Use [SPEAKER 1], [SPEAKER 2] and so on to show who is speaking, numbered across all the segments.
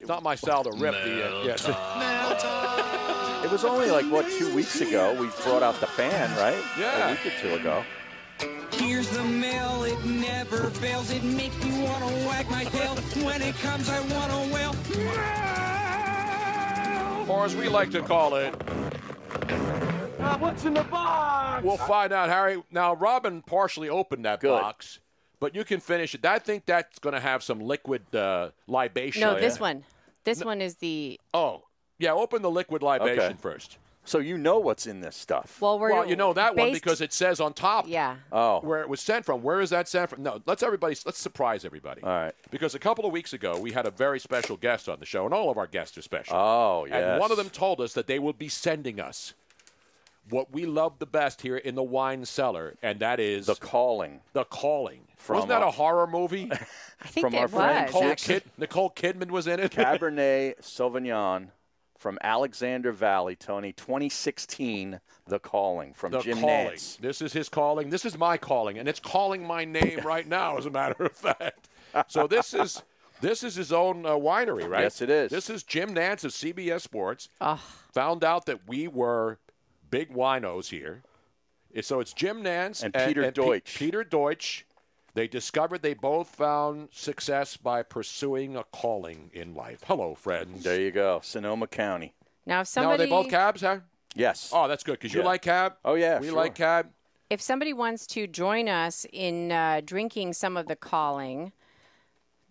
[SPEAKER 1] It's not my style to rip the. Uh, yes.
[SPEAKER 2] It was only like what two weeks ago we brought out the fan, right?
[SPEAKER 1] Yeah.
[SPEAKER 2] a week or two ago.
[SPEAKER 3] Here's the mail, it never fails. It makes me wanna wag my tail. When it comes, I wanna wail.
[SPEAKER 1] or as we like to call it.
[SPEAKER 4] What's in the box?
[SPEAKER 1] We'll find out, Harry. Now, Robin partially opened that
[SPEAKER 2] Good.
[SPEAKER 1] box, but you can finish it. I think that's going to have some liquid uh, libation.
[SPEAKER 5] No,
[SPEAKER 1] in
[SPEAKER 5] this
[SPEAKER 1] it.
[SPEAKER 5] one. This one is the.
[SPEAKER 1] Oh, yeah. Open the liquid libation
[SPEAKER 2] Okay.
[SPEAKER 1] first.
[SPEAKER 2] So you know what's in this stuff.
[SPEAKER 5] Well, we're.
[SPEAKER 1] Well, you know that one
[SPEAKER 5] based-
[SPEAKER 1] because it Uh, says on top.
[SPEAKER 5] Yeah.
[SPEAKER 2] oh,
[SPEAKER 1] Where it was sent from. Where is that sent from? No, let's everybody let's surprise everybody.
[SPEAKER 2] All right.
[SPEAKER 1] Because a couple of weeks ago we had a very special guest on the show, and all of our guests are special.
[SPEAKER 2] Oh,
[SPEAKER 1] And one of
[SPEAKER 2] yes.
[SPEAKER 1] them told us that they will be sending us what we love the best here in the wine cellar, and that is
[SPEAKER 2] the calling.
[SPEAKER 1] The Calling.
[SPEAKER 2] From
[SPEAKER 1] Wasn't that a
[SPEAKER 2] a-
[SPEAKER 1] horror movie?
[SPEAKER 5] I think
[SPEAKER 2] from
[SPEAKER 5] it
[SPEAKER 2] our
[SPEAKER 5] was.
[SPEAKER 2] friend
[SPEAKER 1] Nicole,
[SPEAKER 5] actually.
[SPEAKER 1] Kid- Nicole Kidman was in it.
[SPEAKER 2] Cabernet Sauvignon from Alexander Valley, Tony, 2016. The calling from
[SPEAKER 1] the
[SPEAKER 2] Jim
[SPEAKER 1] calling.
[SPEAKER 2] Nance.
[SPEAKER 1] This is his calling. This is my calling, and it's calling my name right now. As a matter of fact. So this is this is his own uh, winery, right?
[SPEAKER 2] Yes, it is.
[SPEAKER 1] This is Jim Nance of CBS Sports. Found out that we were big winos here, It- so it's Jim Nance
[SPEAKER 2] And Peter
[SPEAKER 1] Pe-
[SPEAKER 2] Deutsch.
[SPEAKER 1] Peter Deutsch. They discovered they both found success by pursuing a calling in life. Hello, friends.
[SPEAKER 2] There you go, Sonoma County.
[SPEAKER 5] Now,
[SPEAKER 1] now
[SPEAKER 5] if
[SPEAKER 1] are
[SPEAKER 5] somebody.
[SPEAKER 1] they both cabs, huh?
[SPEAKER 2] Yes.
[SPEAKER 1] Oh, that's good because you
[SPEAKER 2] Yeah.
[SPEAKER 1] like cab.
[SPEAKER 2] Oh, yeah,
[SPEAKER 1] we
[SPEAKER 2] sure.
[SPEAKER 1] like cab.
[SPEAKER 5] if somebody wants to join us in uh, drinking some of the calling,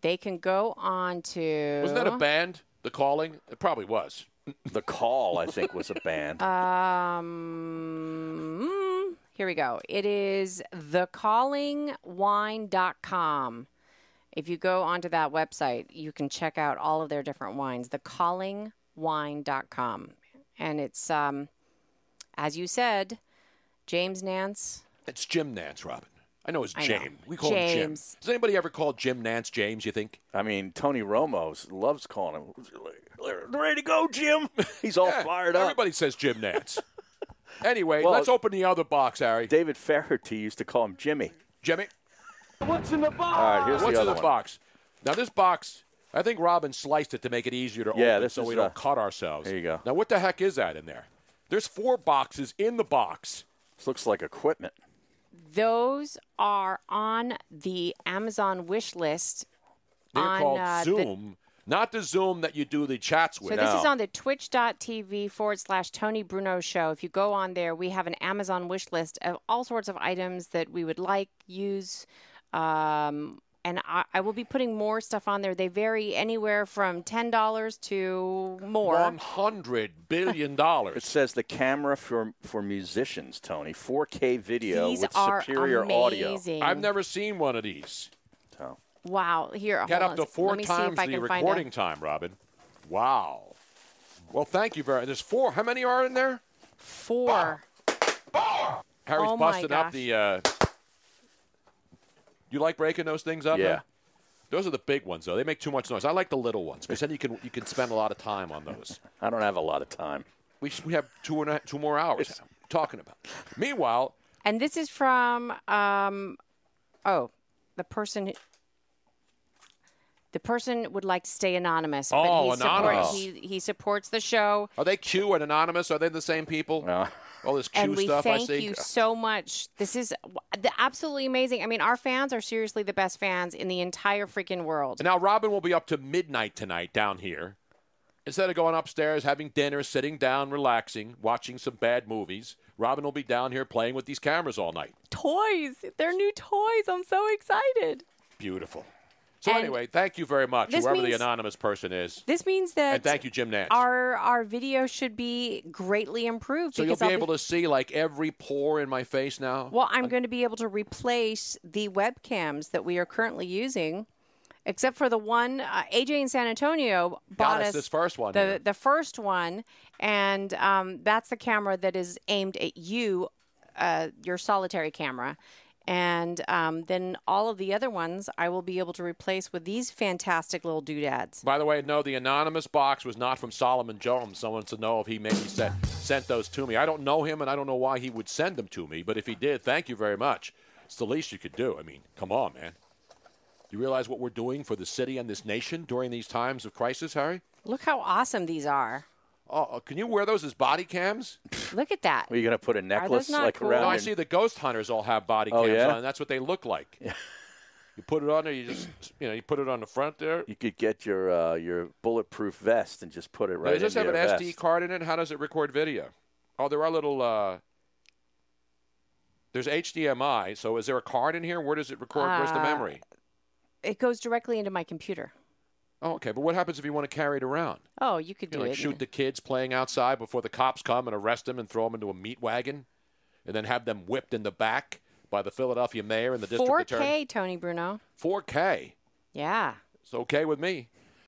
[SPEAKER 5] they can go on to.
[SPEAKER 1] Wasn't that a band? The Calling? It probably was.
[SPEAKER 2] The call, I think, was a band.
[SPEAKER 5] Um, here we go. It is thecallingwine.com. If you go onto that website, you can check out all of their different wines. Thecallingwine.com. And it's, um, as you said, James Nance.
[SPEAKER 1] It's Jim Nance, Robin. I know it's
[SPEAKER 5] I know.
[SPEAKER 1] James. We call him Jim.
[SPEAKER 5] James.
[SPEAKER 1] Does anybody ever call Jim Nance James, you think?
[SPEAKER 2] I mean, Tony Romo's loves calling him. Ready to go, Jim? He's all
[SPEAKER 1] Yeah,
[SPEAKER 2] fired up.
[SPEAKER 1] Eh, Everybody says Jim Nance. anyway,
[SPEAKER 2] Well-
[SPEAKER 1] let's open the other box, Harry.
[SPEAKER 2] David Ferretti used to call him Jimmy.
[SPEAKER 1] Jimmy,
[SPEAKER 4] What's in the box?
[SPEAKER 2] All right, here's
[SPEAKER 1] what's
[SPEAKER 2] the
[SPEAKER 1] in
[SPEAKER 2] other
[SPEAKER 1] the
[SPEAKER 2] one.
[SPEAKER 1] box? Now, this box, I think Robin sliced it to make it easier to
[SPEAKER 2] Yeah,
[SPEAKER 1] open
[SPEAKER 2] this
[SPEAKER 1] so
[SPEAKER 2] is
[SPEAKER 1] we
[SPEAKER 2] a-
[SPEAKER 1] don't cut ourselves.
[SPEAKER 2] There you go.
[SPEAKER 1] Now, what the heck is that in there? There's four boxes in the box.
[SPEAKER 2] This looks like equipment.
[SPEAKER 5] Those are on the Amazon wish list.
[SPEAKER 1] They're
[SPEAKER 5] On,
[SPEAKER 1] called
[SPEAKER 5] uh, the-
[SPEAKER 1] Zoom, not the Zoom that you do the chats with.
[SPEAKER 5] So this is
[SPEAKER 2] No.
[SPEAKER 5] on the twitch.tv forward slash Tony Bruno show. If you go on there, we have an Amazon wish list of all sorts of items that we would like, use. Um, and I, I will be putting more stuff on there. They vary anywhere from $10 to more.
[SPEAKER 1] One hundred billion dollars.
[SPEAKER 2] It says the camera for for musicians, Tony. 4K video
[SPEAKER 5] These
[SPEAKER 2] with
[SPEAKER 5] are
[SPEAKER 2] superior audio.
[SPEAKER 5] amazing.
[SPEAKER 1] I've never seen one of these.
[SPEAKER 2] So,
[SPEAKER 5] Wow. Here,
[SPEAKER 1] Got
[SPEAKER 5] hold
[SPEAKER 1] up
[SPEAKER 5] on.
[SPEAKER 1] to four
[SPEAKER 5] Let me see if
[SPEAKER 1] times
[SPEAKER 5] I
[SPEAKER 1] the
[SPEAKER 5] can find a-
[SPEAKER 1] recording time, Robin. Wow. Well, thank you very. There's four. How many are in there?
[SPEAKER 5] Four.
[SPEAKER 1] Harry's
[SPEAKER 5] Oh, my
[SPEAKER 1] busting up
[SPEAKER 5] gosh.
[SPEAKER 1] the. Uh, you like breaking those things up?
[SPEAKER 2] Yeah.
[SPEAKER 1] huh? Those are the big ones, though. They make too much noise. I like the little ones because then you can you can spend a lot of time on those.
[SPEAKER 2] I don't have a lot of time.
[SPEAKER 1] We, s- we have two and a, two more hours talking about. it. Meanwhile,
[SPEAKER 5] And this is from um, oh, the person. The person would like to stay anonymous. but he
[SPEAKER 1] Oh,
[SPEAKER 5] support-
[SPEAKER 1] anonymous.
[SPEAKER 5] he, he supports the show,
[SPEAKER 1] are they Q and anonymous? Are they the same people?
[SPEAKER 2] No.
[SPEAKER 1] All this Q
[SPEAKER 5] and we
[SPEAKER 1] stuff I
[SPEAKER 5] thank
[SPEAKER 1] see.
[SPEAKER 5] you so much. This is the absolutely amazing. I mean, our fans are seriously the best fans in the entire freaking world.
[SPEAKER 1] And now Robin will be up to midnight tonight down here. Instead of going upstairs, having dinner, sitting down, relaxing, watching some bad movies, Robin will be down here playing with these cameras all night.
[SPEAKER 5] Toys, they're new toys. I'm so excited.
[SPEAKER 1] Beautiful. So
[SPEAKER 5] And
[SPEAKER 1] anyway, thank you very much,
[SPEAKER 5] this
[SPEAKER 1] whoever the
[SPEAKER 5] means-
[SPEAKER 1] anonymous person is.
[SPEAKER 5] This means that
[SPEAKER 1] And thank you, Jim Nance.
[SPEAKER 5] our our video should be greatly improved.
[SPEAKER 1] so you'll
[SPEAKER 5] because
[SPEAKER 1] be
[SPEAKER 5] I'll
[SPEAKER 1] able to see like every pore in my face now.
[SPEAKER 5] Well, I'm going to be able to replace the webcams that we are currently using, except for the one uh, AJ in San Antonio bought
[SPEAKER 1] us
[SPEAKER 5] us
[SPEAKER 1] this first one here.
[SPEAKER 5] the the first one, and um, that's the camera that is aimed at you, uh, your solitary camera. And um, then all of the other ones I will be able to replace with these fantastic little doodads.
[SPEAKER 1] By the way, no, the anonymous box was not from Solomon Jones. Someone to know if he maybe sent, sent those to me. I don't know him, and I don't know why he would send them to me. But if he did, thank you very much. It's the least you could do. I mean, come on, man. You realize what we're doing for the city and this nation during these times of crisis, Harry?
[SPEAKER 5] Look how awesome these are.
[SPEAKER 1] Oh, can you wear those as body cams?
[SPEAKER 5] Look at that.
[SPEAKER 2] Are you going to put a necklace
[SPEAKER 5] not
[SPEAKER 2] like
[SPEAKER 5] cool?
[SPEAKER 2] around?
[SPEAKER 1] No, I
[SPEAKER 2] your-
[SPEAKER 1] see the ghost hunters all have body
[SPEAKER 2] Oh,
[SPEAKER 1] cams
[SPEAKER 2] yeah?
[SPEAKER 1] on, and that's what they look like. you put it on there, you just, you know, you put it on the front there.
[SPEAKER 2] You could get your uh, your bulletproof vest and just put it right.
[SPEAKER 1] Does this have
[SPEAKER 2] into
[SPEAKER 1] an
[SPEAKER 2] your
[SPEAKER 1] SD
[SPEAKER 2] vest.
[SPEAKER 1] card in it? How does it record video? Oh, there are little. Uh, there's HDMI. So is there a card in here? Where does it record? Where's the
[SPEAKER 5] Uh,
[SPEAKER 1] memory?
[SPEAKER 5] It goes directly into my computer.
[SPEAKER 1] Oh, okay. But what happens if you want to carry it around?
[SPEAKER 5] Oh, you could
[SPEAKER 1] You
[SPEAKER 5] do
[SPEAKER 1] know, like
[SPEAKER 5] it.
[SPEAKER 1] shoot the kids playing outside before the cops come and arrest them and throw them into a meat wagon, and then have them whipped in the back by the Philadelphia mayor and the district attorney.
[SPEAKER 5] 4K, Tony Bruno.
[SPEAKER 1] 4K.
[SPEAKER 5] Yeah.
[SPEAKER 1] It's okay with me.